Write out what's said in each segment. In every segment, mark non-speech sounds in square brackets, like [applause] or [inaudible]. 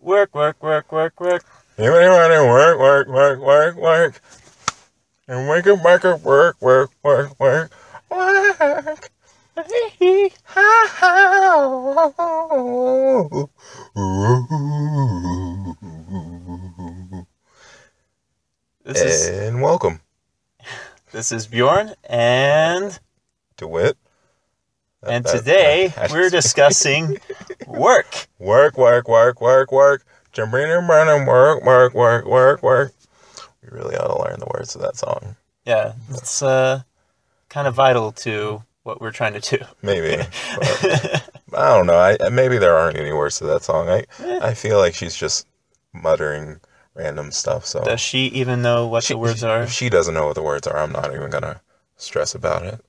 Work, work, work, work, [laughs] work. Everybody wanna work, work, work, work, work. And wake up, wake up, work, work, work, work, work. This is And welcome this is Bjorn, and to Wit. Uh, and today we're discussing work. [laughs] Work, work, work, work, work. Jambrina Brennan, work, work, work, work, work. We really ought to learn the words to that song. Yeah, it's uh, kind of vital to what we're trying [laughs] to do. Maybe. but- I don't know. I I- maybe there aren't any words to that song. I Eh. I feel like she's just muttering random stuff. So Does she even know what the words are? if she doesn't know what the words are, I'm not even gonna stress about it.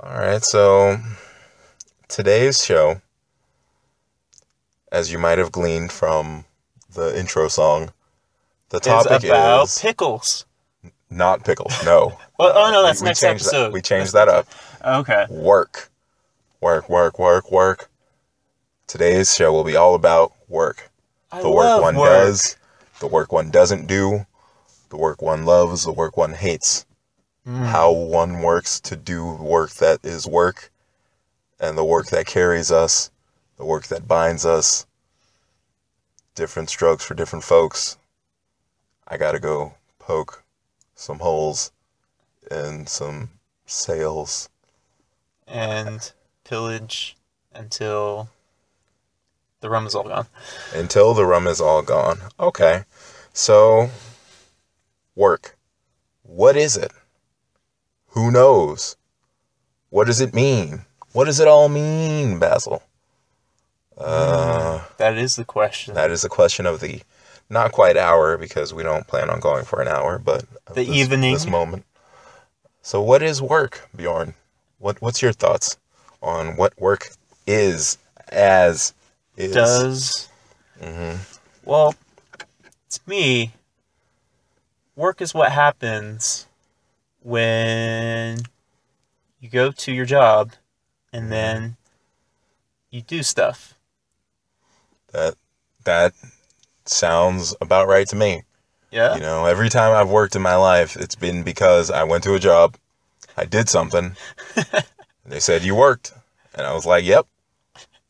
All right. So today's show, as you might have gleaned from the intro song, the topic is about is pickles. not pickles. No. Well, [laughs] oh no, that's we, we next changed that- episode. we changed that up. Okay. work. Work, work, work, work. Today's show will be all about work. I The work love one does, the work one doesn't do, the work one loves, the work one hates, Mm. how one works to do work that is work, and the work that carries us, the work that binds us. Different strokes for different folks. I gotta go poke some holes in some sails. and pillage until the rum is all gone. until the rum is all gone. Okay. So, work. What is it? Who knows? What does it mean? What does it all mean, Basil? Uh, That is the question. that is a question of the not quite hour because we don't plan on going for an hour, but of The evening. this moment. So, what is work, Bjorn? What What's your thoughts on what work is as is? does. Mm-hmm. Well, to me, work is what happens when you go to your job and Mm-hmm. then you do stuff. That that sounds about right to me. Yeah. You know, every time I've worked in my life, it's been because I went to a job, I [laughs] did something. they said you worked, and I was like, "Yep,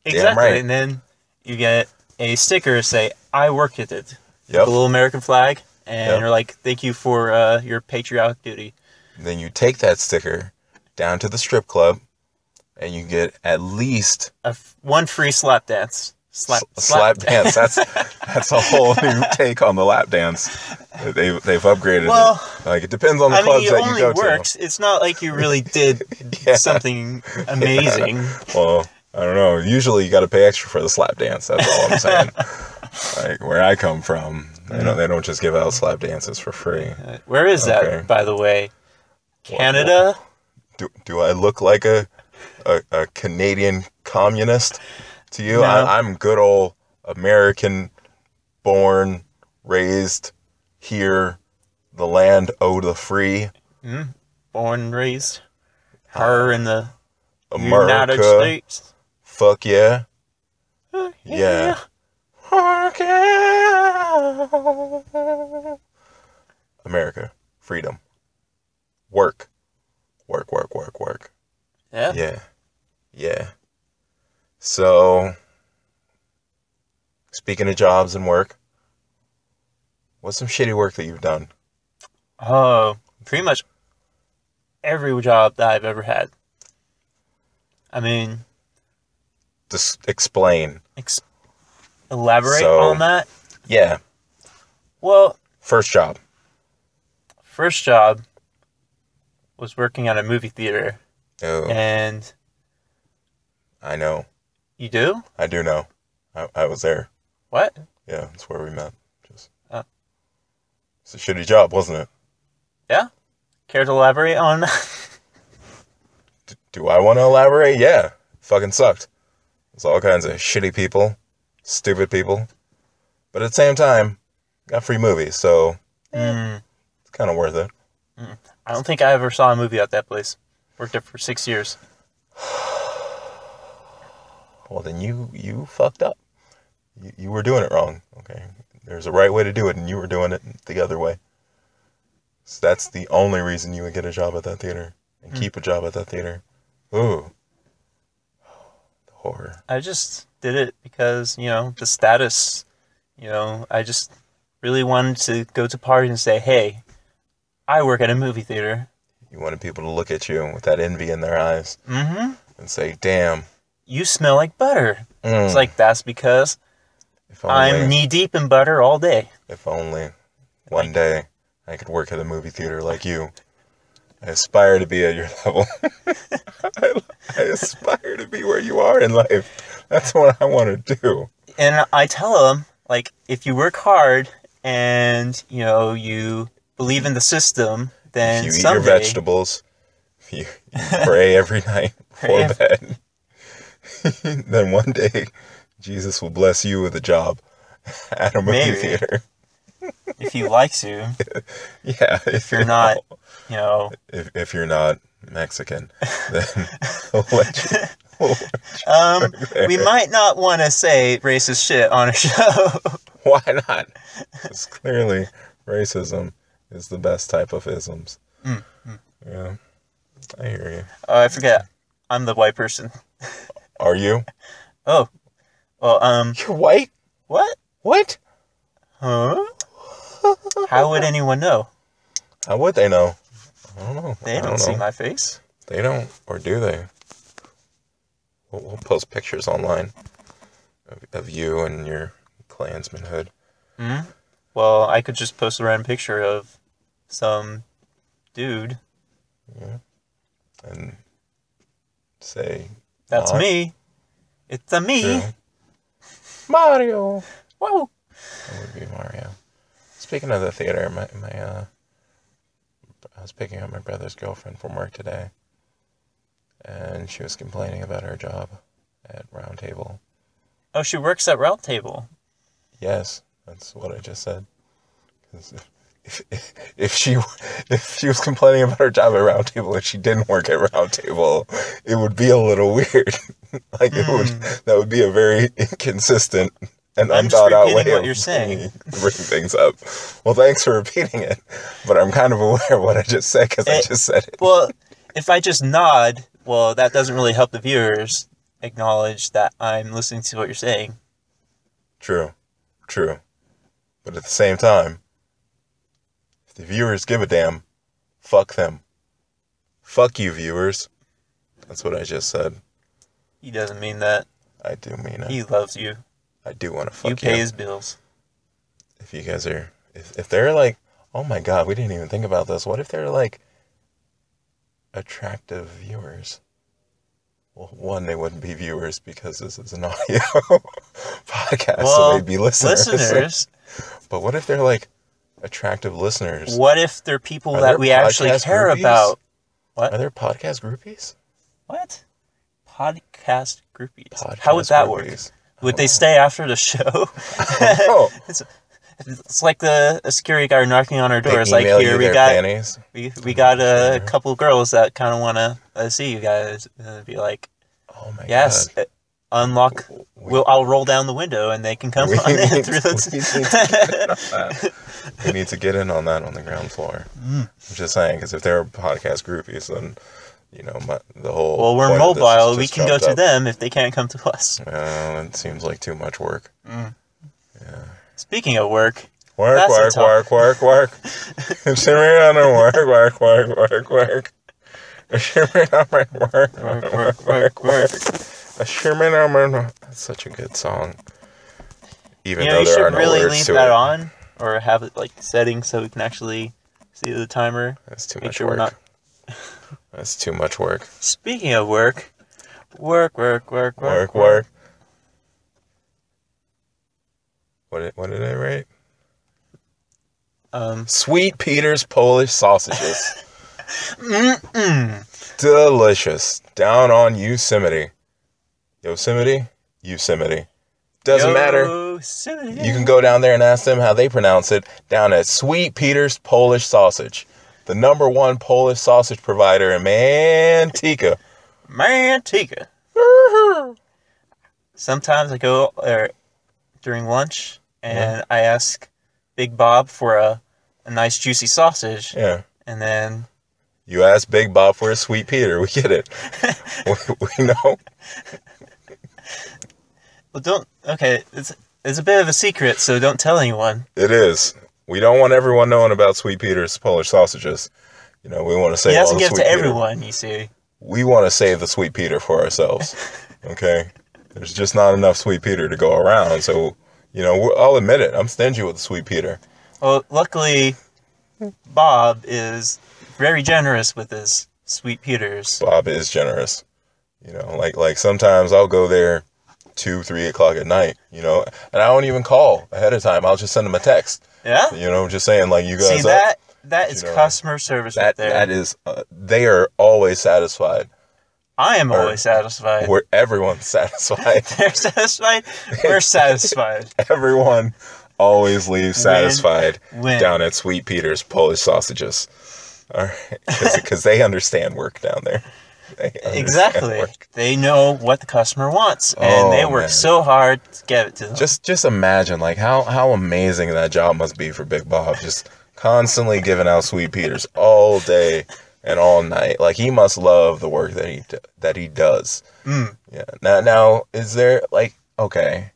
exactly. right. And then you get a sticker say, I work at it. yep." The little American flag. And Yep. you're like, thank you for uh, your patriotic duty. Then you take that sticker down to the strip club, and you get at least A f- one free slap dance. Slap, a slap, dance. That's that's a [laughs] whole new take on the lap dance. They they've upgraded Well, it. Like it depends on the I mean, clubs it that you only go works. It's not like you [laughs] really did something amazing. to. Well, I don't know. Usually you got to pay extra for the slap dance. That's all [laughs] I'm saying. like where I come from, they don't they don't just give out slap dances for free. Uh, Where is Okay. that, by the way? Canada? do, do I look like a, a, a Canadian communist to you? No. I, I'm good old American, born, raised here, the land o' the free, Born and raised. Her in the United America. States. Fuck yeah. Uh, Yeah. America, freedom, work, work, work, work, work. Yeah. Yeah. Yeah. So, speaking of jobs and work, what's some shitty work that you've done? Oh, pretty much every job that I've ever had. I mean, Just explain. ex- elaborate So- on that. Yeah. Well, First job. first job was working at a movie theater, Oh, and I know. you do I do know. I, I was there. what? Yeah, that's where we met. Just. Oh. It's a shitty job, wasn't it? Yeah. Care to elaborate [laughs] Eh. on that? D- do I want to elaborate? Yeah. Fucking sucked. It's all kinds of shitty people, stupid people. But at the same time, got free movies, so Mm, it's kind of worth it. I don't think I ever saw a movie at that place. Worked there for six years. well then you you fucked up you, you were doing it wrong There's a right way to do it, and you were doing it the other way. So that's the only reason you would get a job at that theater and Mm. keep a job at that theater. Ooh. The horror. I just did it because, you know, the status, you know, I just really wanted to go to parties and say, hey, I work at a movie theater. You wanted people to look at you with that envy in their eyes Mm-hmm. and say, damn. You smell like butter. Mm, It's like, that's because if only, I'm knee deep in butter all day. if only one day I could work at a movie theater like you. I aspire to be at your [laughs] level. I, I aspire to be where you are in life. That's what I want to do. And I tell them, like, if you work hard and, you know, you believe in the system, If then you eat someday, your vegetables, [laughs] if you, you pray every night Pray before bed, [laughs] then one day Jesus will bless you with a job [laughs] at a movie Maybe. theater. if he likes you, Yeah, if you're not, you know, [laughs] if, if you're not [laughs] Mexican, then [laughs] we'll let you. we'll- Um, [laughs] we might not want to say racist shit on a [laughs] show. [laughs] why not? Because clearly, racism is the best type of isms. Mm, Yeah, I hear you. oh, I forget. I'm the white person. Are you? Oh, well, um, You're white? what? What? Huh? How would anyone know? How would they know? I don't know. They I don't, don't see know. my face. They don't, or do they? We'll, we'll post pictures online of, of you and your clansmanhood. Hmm? Well, I could just post a random picture of some dude. and say, That's Not. me. It's a me. True. Mario. Whoa. That would be Mario. Speaking of the theater, my, my uh, I was picking up my brother's girlfriend from work today, and she was complaining about her job at Round Table. Oh, she works at Round Table. Yes, that's what I just said. 'Cause If, if, if she if she was complaining about her job at Round Table and she didn't work at Round Table, it would be a little [laughs] weird. like it would that would be a very inconsistent and Hmm. I'm just unthought out way repeating what of you're saying. [laughs] bringing, bringing things up. Well, thanks for repeating it, but I'm kind of aware of what I just said because I It- just said it. Well, if I just nod, well, that doesn't really help the viewers acknowledge that I'm listening to what you're saying. True, true, but at the same time, if the viewers give a damn, fuck them. Fuck you, viewers. That's what I just said. He doesn't mean that. I do mean it. He loves you. I do want to fuck you you. pay his [laughs] bills. if you guys are, if, if they're like, oh my god, we didn't even think about this. What if they're like attractive viewers? Well, one, they wouldn't be viewers because this is an audio [laughs] podcast, so Well, they'd be listeners. Listeners, But what if they're like attractive listeners? what if they're people Are that there we actually podcast care groupies? about? Are there podcast groupies? What? Podcast groupies. Podcast How would that [laughs] groupies. work? Would they stay after the show? [laughs] [laughs] Oh, it's like the a security guard knocking on our door. they It's like email you here we their got panties. we, we got a couple girls that kind of want to uh, see you guys. And be like, Oh my yes, god. uh, unlock. We'll, I'll roll down the window and they can come [laughs] We on in need- through we need [laughs] the. we need to get in on that on the [laughs] ground floor. Mm. I'm just saying, because if they're podcast groupies, then you know my, the whole. well, we're point of this is mobile. We just can go chopped to up. them if they can't come to us. Uh, it seems like too much work. Speaking of work, Work, That's work, a tough- work, work, [laughs] work. Shimmy on and work, work, work, work, work. Shimmy on and work, work, work, work, work. Shimmy on and work. That's such a good song. Even you know, though you there are should no really words leave to that it, on or have it like setting so we can actually see the timer. that's too Make much sure we're work. not. That's too much work. Speaking of work, work, work, [laughs] work, Work, work. What did, what did I write? Um, Sweet Peter's Polish sausages. Delicious. Down on Yosemite. Yosemite? Yosemite. Doesn't matter. Yosemite. You can go down there and ask them how they pronounce it down at Sweet Peter's Polish Sausage, the number one Polish sausage provider in Manteca. Manteca. Sometimes I go there during lunch er, and I ask Big Bob for a, a nice juicy sausage, Yeah. and then You asked Big Bob for a sweet Peter. We [laughs] get it. we, we know. well, don't okay. It's it's a bit of a secret, so don't tell anyone. It is. We don't want everyone knowing about Sweet Peter's Polish sausages. You know, we want to save he all doesn't the give Sweet it to Peter. everyone, you see. We want to save the Sweet Peter for [laughs] ourselves. Okay? There's just not enough Sweet Peter to go around. So, you know, we're, I'll admit it. I'm stingy with the Sweet Peter. Well, luckily, Bob is very generous with his sweet Peters. Bob is generous. You know, like like sometimes I'll go there two, three o'clock at night, you know, and I don't even call ahead of time. I'll just send them a text. Yeah, You know, just saying like you guys see up? that that is You know, customer service right that there. that is uh, they are always satisfied. I am always satisfied. Where everyone's [laughs] satisfied. [laughs] They're satisfied. We're satisfied. Everyone always leaves satisfied win. down at Sweet Peter's Polish sausages. All right, because they understand work down there. They understand Exactly. work. They know what the customer wants, and Oh, they work man. so hard to get it to them. Just just imagine like how how amazing that job must be for Big Bob. Just constantly giving out Sweet Peters all day and all night. Like he must love the work that he d- that he does. Mm. Yeah. Now now is there like okay.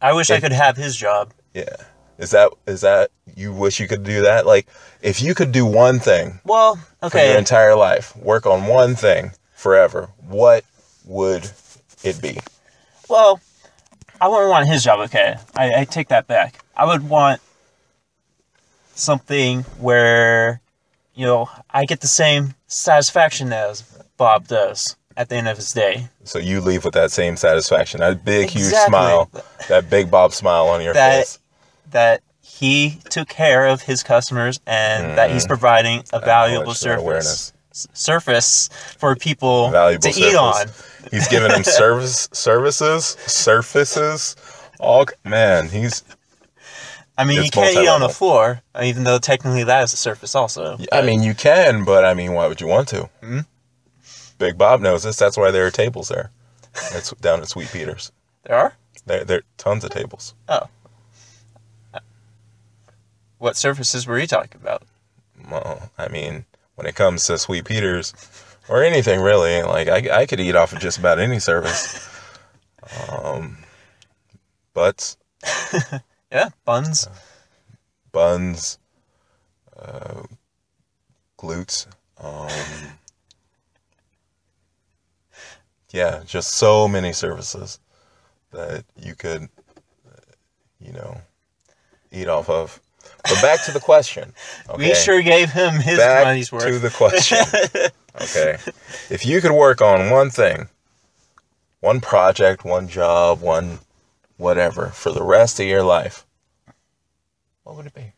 I wish I could have his job. Yeah. Is that is that you wish you could do that? Like if you could do one thing Well, for your okay. entire life, work on one thing forever, what would it be? Well, I wouldn't want his job. Okay, I, I take that back. I would want something where, you know, I get the same satisfaction as Bob does at the end of his day. So you leave with that same satisfaction, that big, huge Exactly. smile, that big Bob smile on your That- face. That he took care of his customers and that Mm-hmm. he's providing a valuable knowledge, that surface awareness. s- surface for people Valuable to surface. eat on. He's giving [laughs] them service, services, surfaces. All man, he's. I mean, It's you can't eat on the multi-level. floor, uh, even though technically that is a surface also. I mean, you can, but I mean, why would you want to? Hmm? Big Bob knows this. That's why there are tables there. That's down at Sweet Peter's. There are? There, there are tons of tables. Oh. Uh, What surfaces were you talking about? Well, I mean, when it comes to Sweet Peter's or anything really, like I, I could eat off of just about any service. Um, butts, Yeah, buns. buns, uh, glutes. Um, yeah, just so many services that you could, uh, you know, eat off of. But back to the question. We sure gave him his back money's worth. to the question. [laughs] okay. If you could work on one thing, one project, one job, one whatever for the rest of your life, what would it be?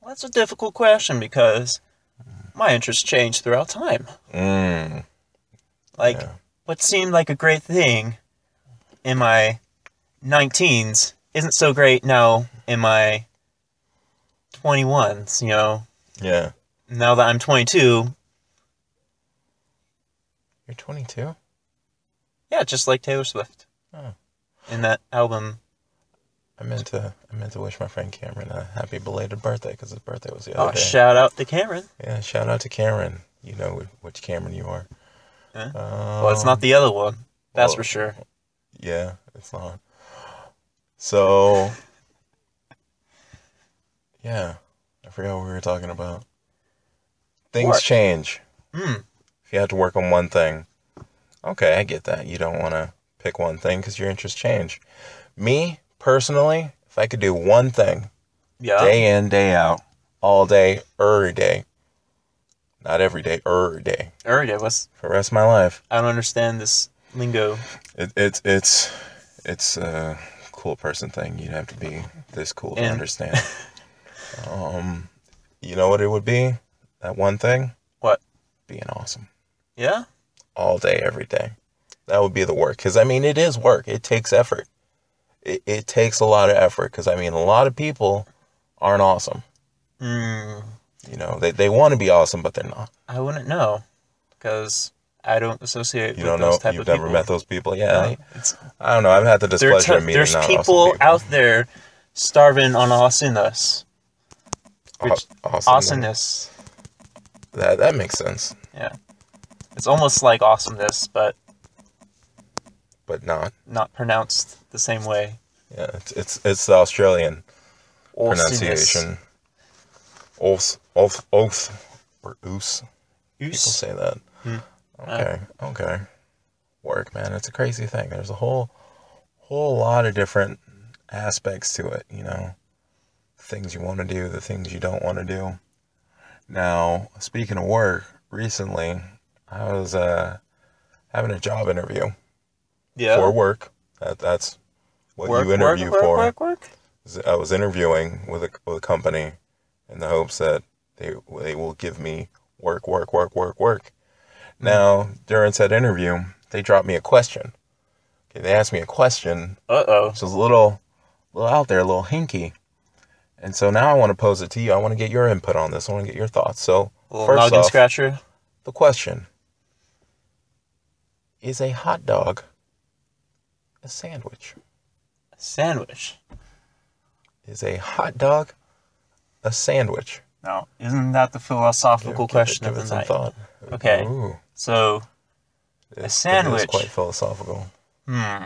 Well, that's a difficult question because my interests change throughout time. Mm, Like, Yeah. what seemed like a great thing in my 19s isn't so great now in my 21s, you know? yeah. Now that I'm 22, You're 22? yeah, just like Taylor Swift Oh. in that album. I meant to I meant to wish my friend Cameron a happy belated birthday because his birthday was the Oh, other day. shout out to Cameron. Yeah, shout out to Cameron. You know wh- which Cameron you are. Huh? Um, Well, it's not the other one. That's well- for sure. Yeah, it's not. So, yeah, I forgot what we were talking about. Things Work. change. Mm. If you had to work on one thing, okay, I get that. You don't want to pick one thing because your interests change. Me, personally, if I could do one thing Yeah. day in, day out, all day, every day, not every day, every day, Alright, it was. for the rest of my life, I don't understand this lingo. It, it's it's it's a cool person thing. You'd have to be this cool to And- understand. um, you know what it would be? That one thing? What? Being awesome Yeah? all day, every day. That would be the work. Because I mean, it is work. It takes effort. It it takes a lot of effort. Because I mean, a lot of people aren't awesome. Mm, You know, they they want to be awesome, but they're not. I wouldn't know because I don't associate You with don't those know. type You've of never people. met those people. Yeah. No, it's, I, I don't know. I've had the there are displeasure to- of meeting there's not people, awesome people. out there starving on awesomeness. Aw- Which- awesome. Awesomeness. That that makes sense, Yeah. It's almost like awesomeness, but but not. not pronounced the same way. Yeah, it's it's, it's the Australian Awesomeness. pronunciation. Oath, oath, oath, or oos. People Oos. say that. Hmm. Okay, Ah. okay. Work, man. It's a crazy thing. There's a whole, whole lot of different aspects to it. You know, things you want to do, the things you don't want to do. Now, speaking of work, recently I was uh, having a job interview Yeah. for work. That, that's what work, you work, interview work, for. work, work. is I was interviewing with a, with a company in the hopes that they they will give me work, work, work, work, work. Now, during said interview, they dropped me a question. Okay, they asked me a question, Uh oh. which was a little, little out there, a little hinky. And so now I want to pose it to you. I want to get your input on this. I want to get your thoughts. So Little first noggin off, scratcher. the question is a hot dog a sandwich? Sandwich. Is a hot dog a sandwich? Now, isn't that the philosophical Give it- question give of it the some night? thought. Okay. Ooh, So, it- it is sandwich. quite philosophical. hmm.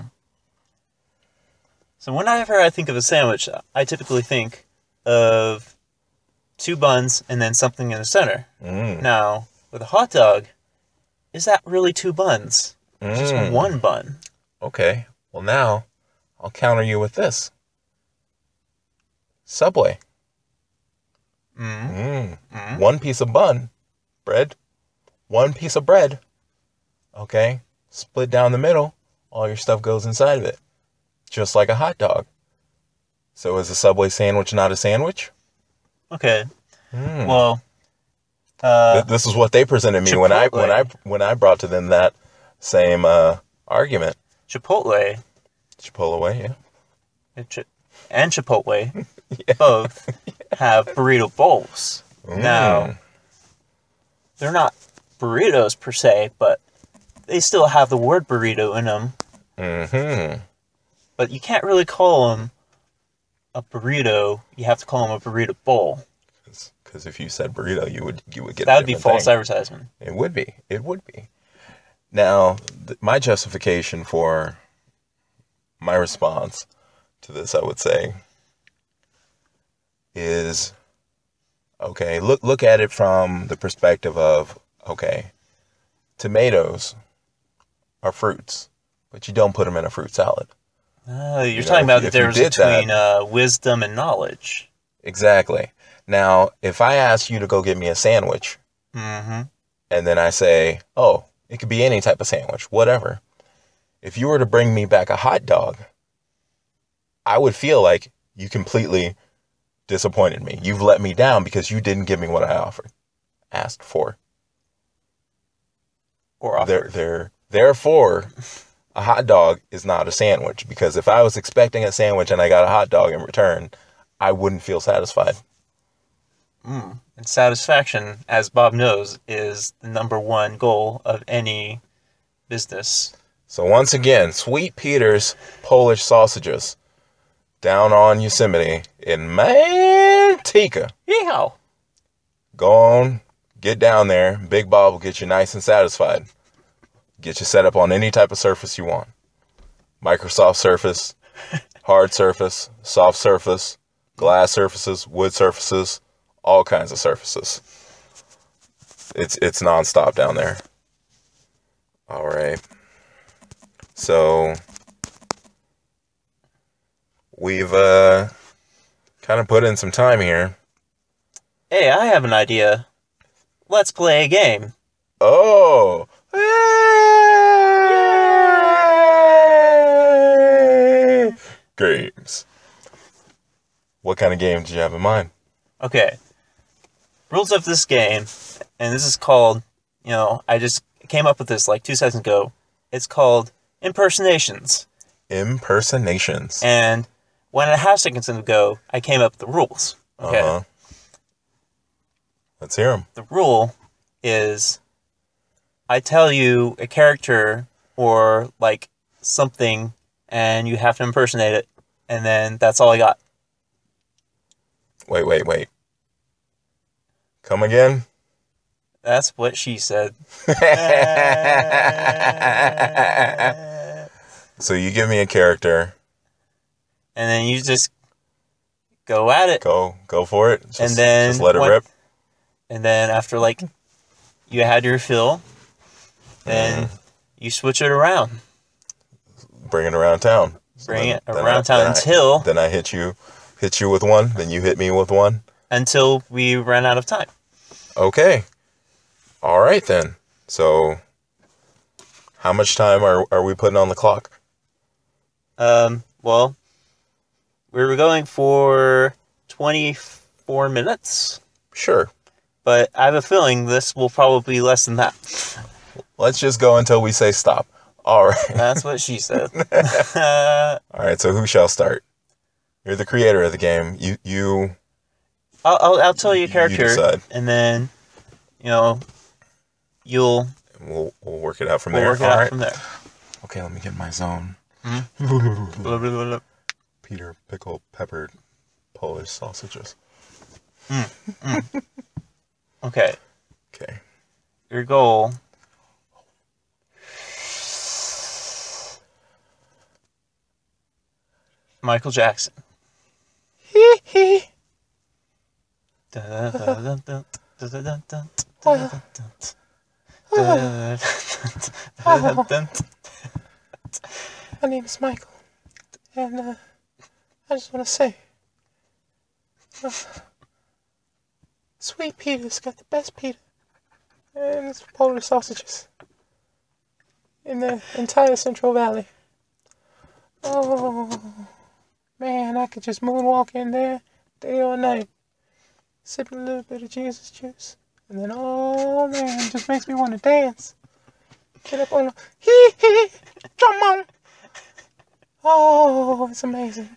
So whenever I think of a sandwich, I typically think of two buns and then something in the center. Mm. Now, with a hot dog, is that really two buns? Just Mm. one bun. Okay. Well, now I'll counter you with this. Subway. Mm. Mm. Mm. One piece of bun, bread. One piece of bread. Okay. Split down the middle. All your stuff goes inside of it, just like a hot dog. So is a Subway sandwich not a sandwich? Okay. Mm. Well, uh, Th- this is what they presented me when I when I Chipotle. when I brought to them that same uh, argument. Chipotle Chipotle way, yeah. and Chi- and [laughs] Chipotle both have burrito bowls. Mm. Now, they're not burritos per se, but they still have the word burrito in them. Mm-hmm. But you can't really call them a burrito. You have to call them a burrito bowl. Because if you said burrito, you would you would get That a would be different false thing. advertisement. It would be. It would be. Now, th- my justification for my response to this, I would say, is okay. Look look at it from the perspective of okay, tomatoes are fruits, but you don't put them in a fruit salad. Uh, you're know, talking about if- the if you difference did that- between uh, wisdom and knowledge. Exactly. Now, if I ask you to go get me a sandwich, Mm-hmm. and then I say, oh, it could be any type of sandwich, whatever. If you were to bring me back a hot dog, I would feel like you completely disappointed me. You've let me down because you didn't give me what I offered, asked for. Or offer. There, there, therefore, a hot dog is not a sandwich because if I was expecting a sandwich and I got a hot dog in return, I wouldn't feel satisfied. Mm. And satisfaction, as Bob knows, is the number one goal of any business. So once again, Sweet Peter's Polish sausages down on Yosemite in Manteca. Yeehaw! Go on, get down there. Big Bob will get you nice and satisfied. Get you set up on any type of surface you want. Microsoft surface, hard surface, soft surface, glass surfaces, wood surfaces, all kinds of surfaces. It's it's nonstop down there. All right. So we've uh kind of put in some time here. Hey, I have an idea. Let's play a game. Oh. Games. What kind of game did you have in mind? Okay. Rules of this game, and this is called, you know, I just came up with this like two seconds ago. It's called impersonations. Impersonations. And one and a half seconds ago, I came up with the rules. Okay. Uh-huh. Let's hear them. the rule is I tell you a character or like something and you have to impersonate it and then that's all I got. Wait, wait, wait. [laughs] Come again? That's what she [laughs] said. So you give me a character. and then you just go at it. Go, go for it. Just, And then just let it what- rip. And then after like you had your fill, then Mm. you switch it around. Bring it around town. So Bring it I- around town then I- until- then I hit you, hit you with one. Then you hit me with one. until we ran out of time. Okay. All right then. So, how much time are are we putting on the clock? Um, well, we were going for 24 minutes, Sure. but I have a feeling this will probably be less than that. Let's just go until we say stop. All [laughs] right. That's what she [laughs] said. Uh, All right. So who shall start? You're the creator of the game. You you I'll, I'll, I'll tell you a You character, decide. and then, you know, you'll we'll, we'll work it out from we'll there. work it All out right. from there. Okay, let me get my zone. Blah, blah, blah, blah. [laughs] Peter pickle peppered Polish sausages. Okay, Okay. your goal. Michael Jackson. [laughs] Michael My name is Michael, and uh, I just want to say, uh, Sweet Peter's got the best Peter, and it's Polish sausages in the entire Central Valley. Oh man, I could just moonwalk in there day or night, sipping a little bit of Jesus juice, and then oh man, it just makes me want to dance. Get up on the hee hee, come on. Oh, it's amazing.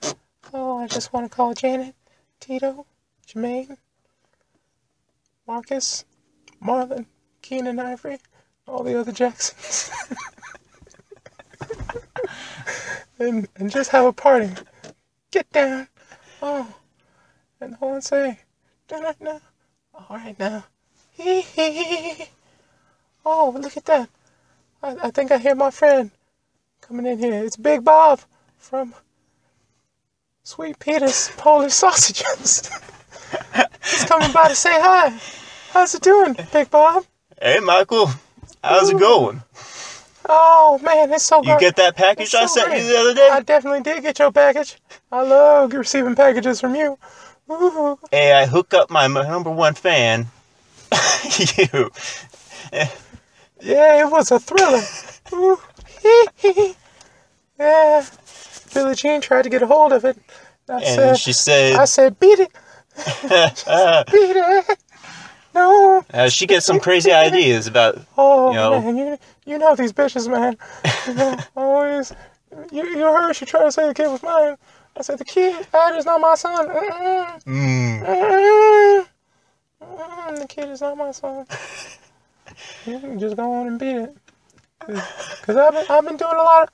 Oh, I just want to call Janet, Tito, Jermaine, Marcus, Marlon, Keenan Ivory, all the other Jacksons. [laughs] and, and just have a party. Get down. Oh, and the whole say, do not now. All right now. Hee hee hee. hee. Oh, look at that. I, I think I hear my friend coming in here. It's Big Bob from Sweet Peter's Polish Sausages. He's coming by to say hi. How's it doing, Big Bob? Hey, Michael. How's it going? Oh man, it's so You great. get that package It's I so sent you great. the other day? I definitely did get your package. I love receiving packages from you. Ooh. Hey, I hook up my m- number one fan. [laughs] you. Yeah, it was a thriller. Ooh, hee, hee, hee. yeah. Billie Jean tried to get a hold of it. I And said, she said, I said, beat it. beat it. No. uh, she gets some [laughs] crazy ideas about. Oh You know? man, you you know these bitches, [laughs] man. You know, always. You you heard she tried to say the kid was mine. I said the kid, that is not my son. Mm-mm, Mm, mm-mm, mm-mm, Mm, the kid is not my son. You can just go on and beat it. Cause I've been I've been doing a lot of.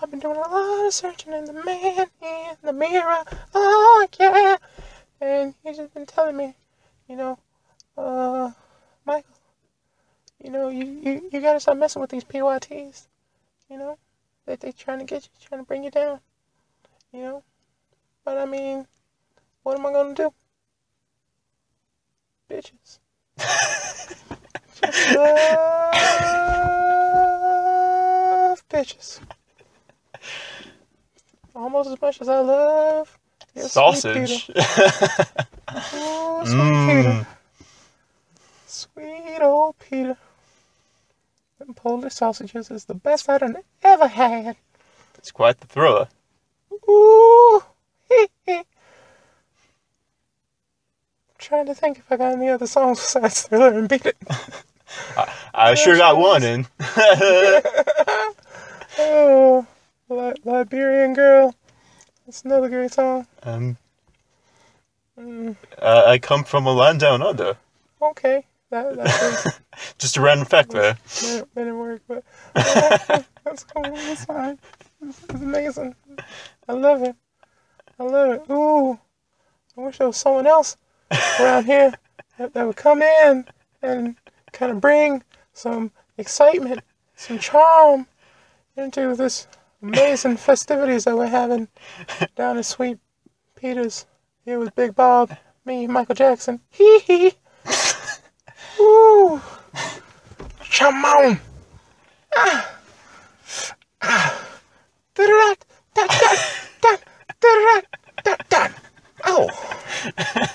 I've been doing a lot of searching in the man in the mirror. Oh yeah, and he's just been telling me, you know, uh, Michael you know, you, you, you gotta stop messing with these PYTs. You know, that they trying to get you, trying to bring you down. You know, but I mean, what am I gonna do? Bitches. Just love bitches. Almost as much as I love your sweet sausage. Peter. Ooh, Oh, sweet Peter. Sweet old Peter. Them Polish sausages is the best I done ever had. [laughs] It's quite the thriller. Ooh, hee hee. I'm trying to think if I got any other songs besides Thriller and Beat It. I sure got one in. [laughs] Oh, Li- Liberian Girl. That's another great song. um, Mm. uh, I come from a land down under. Okay, that that was Just a random fact there. didn't, didn't work, but that's cool. That's fine. It's, it's amazing. I love it. I love it. Ooh, I wish there was someone else around here that, that would come in and kind of bring some excitement, some charm into this amazing festivities that we're having down at Sweet Peter's here with Big Bob, me, Michael Jackson. Hee hee. Woo. Come on. Ah. Ah. Oh.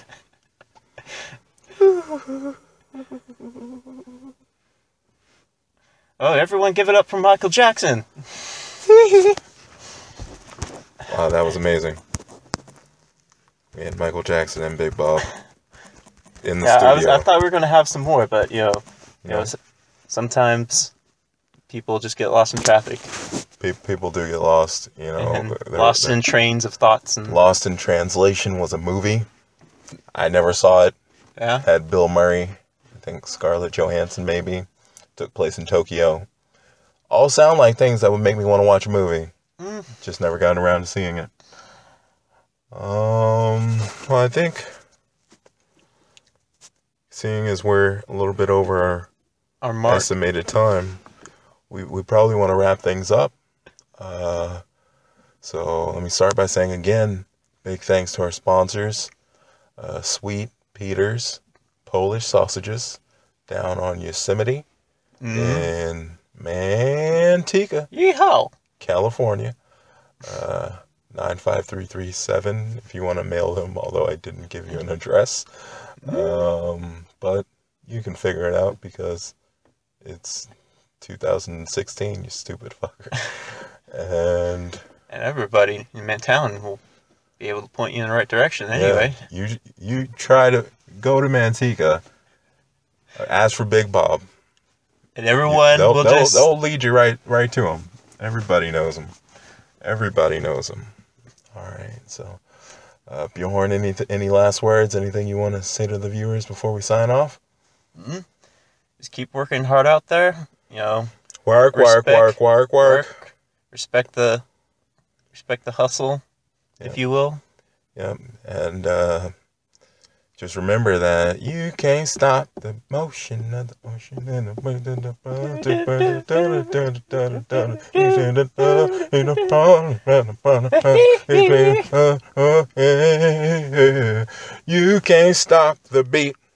Oh, everyone give it up for Michael Jackson. Wow, Oh, that was amazing. We had Michael Jackson and Big Bob in the Yeah, studio. I, was, I thought we were going to have some more, but, you know, you know Yeah. s- sometimes people just get lost in traffic Pe- people do get lost, you know. and they're- Mhm. lost they're- in trains of thoughts. and Lost in Translation was a movie. I never saw it. Yeah. Had Bill Murray, I think Scarlett Johansson maybe. Took place in Tokyo. All sound like things that would make me want to watch a movie. Just never gotten around to seeing it. Um, well, I think seeing as we're a little bit over our Our mark. estimated time. We, we probably want to wrap things up. Uh, so let me start by saying again, big thanks to our sponsors, uh, Sweet Peters Polish Sausages down on Yosemite in Manteca, Mm-hmm. Yeehaw. California. Uh, 95337 if you want to mail them, although I didn't give you an address. Um, but you can figure it out because it's 2016, you stupid fucker. and And everybody in Mantown will be able to point you in the right direction anyway. yeah, you you try to go to Manteca, ask for Big Bob. And everyone they'll, will they'll, just. they'll lead you right right to him. Everybody knows him. Everybody knows him. All right. So, uh, Bjorn, any any last words? Anything you want to say to the viewers before we sign off? just keep working hard out there. You know, Work, work, Respect. work, work, work. work, respect the, respect the hustle, Yeah. if you will. Yep. And uh, just remember that you can't stop the motion of the ocean and the You can't stop the beat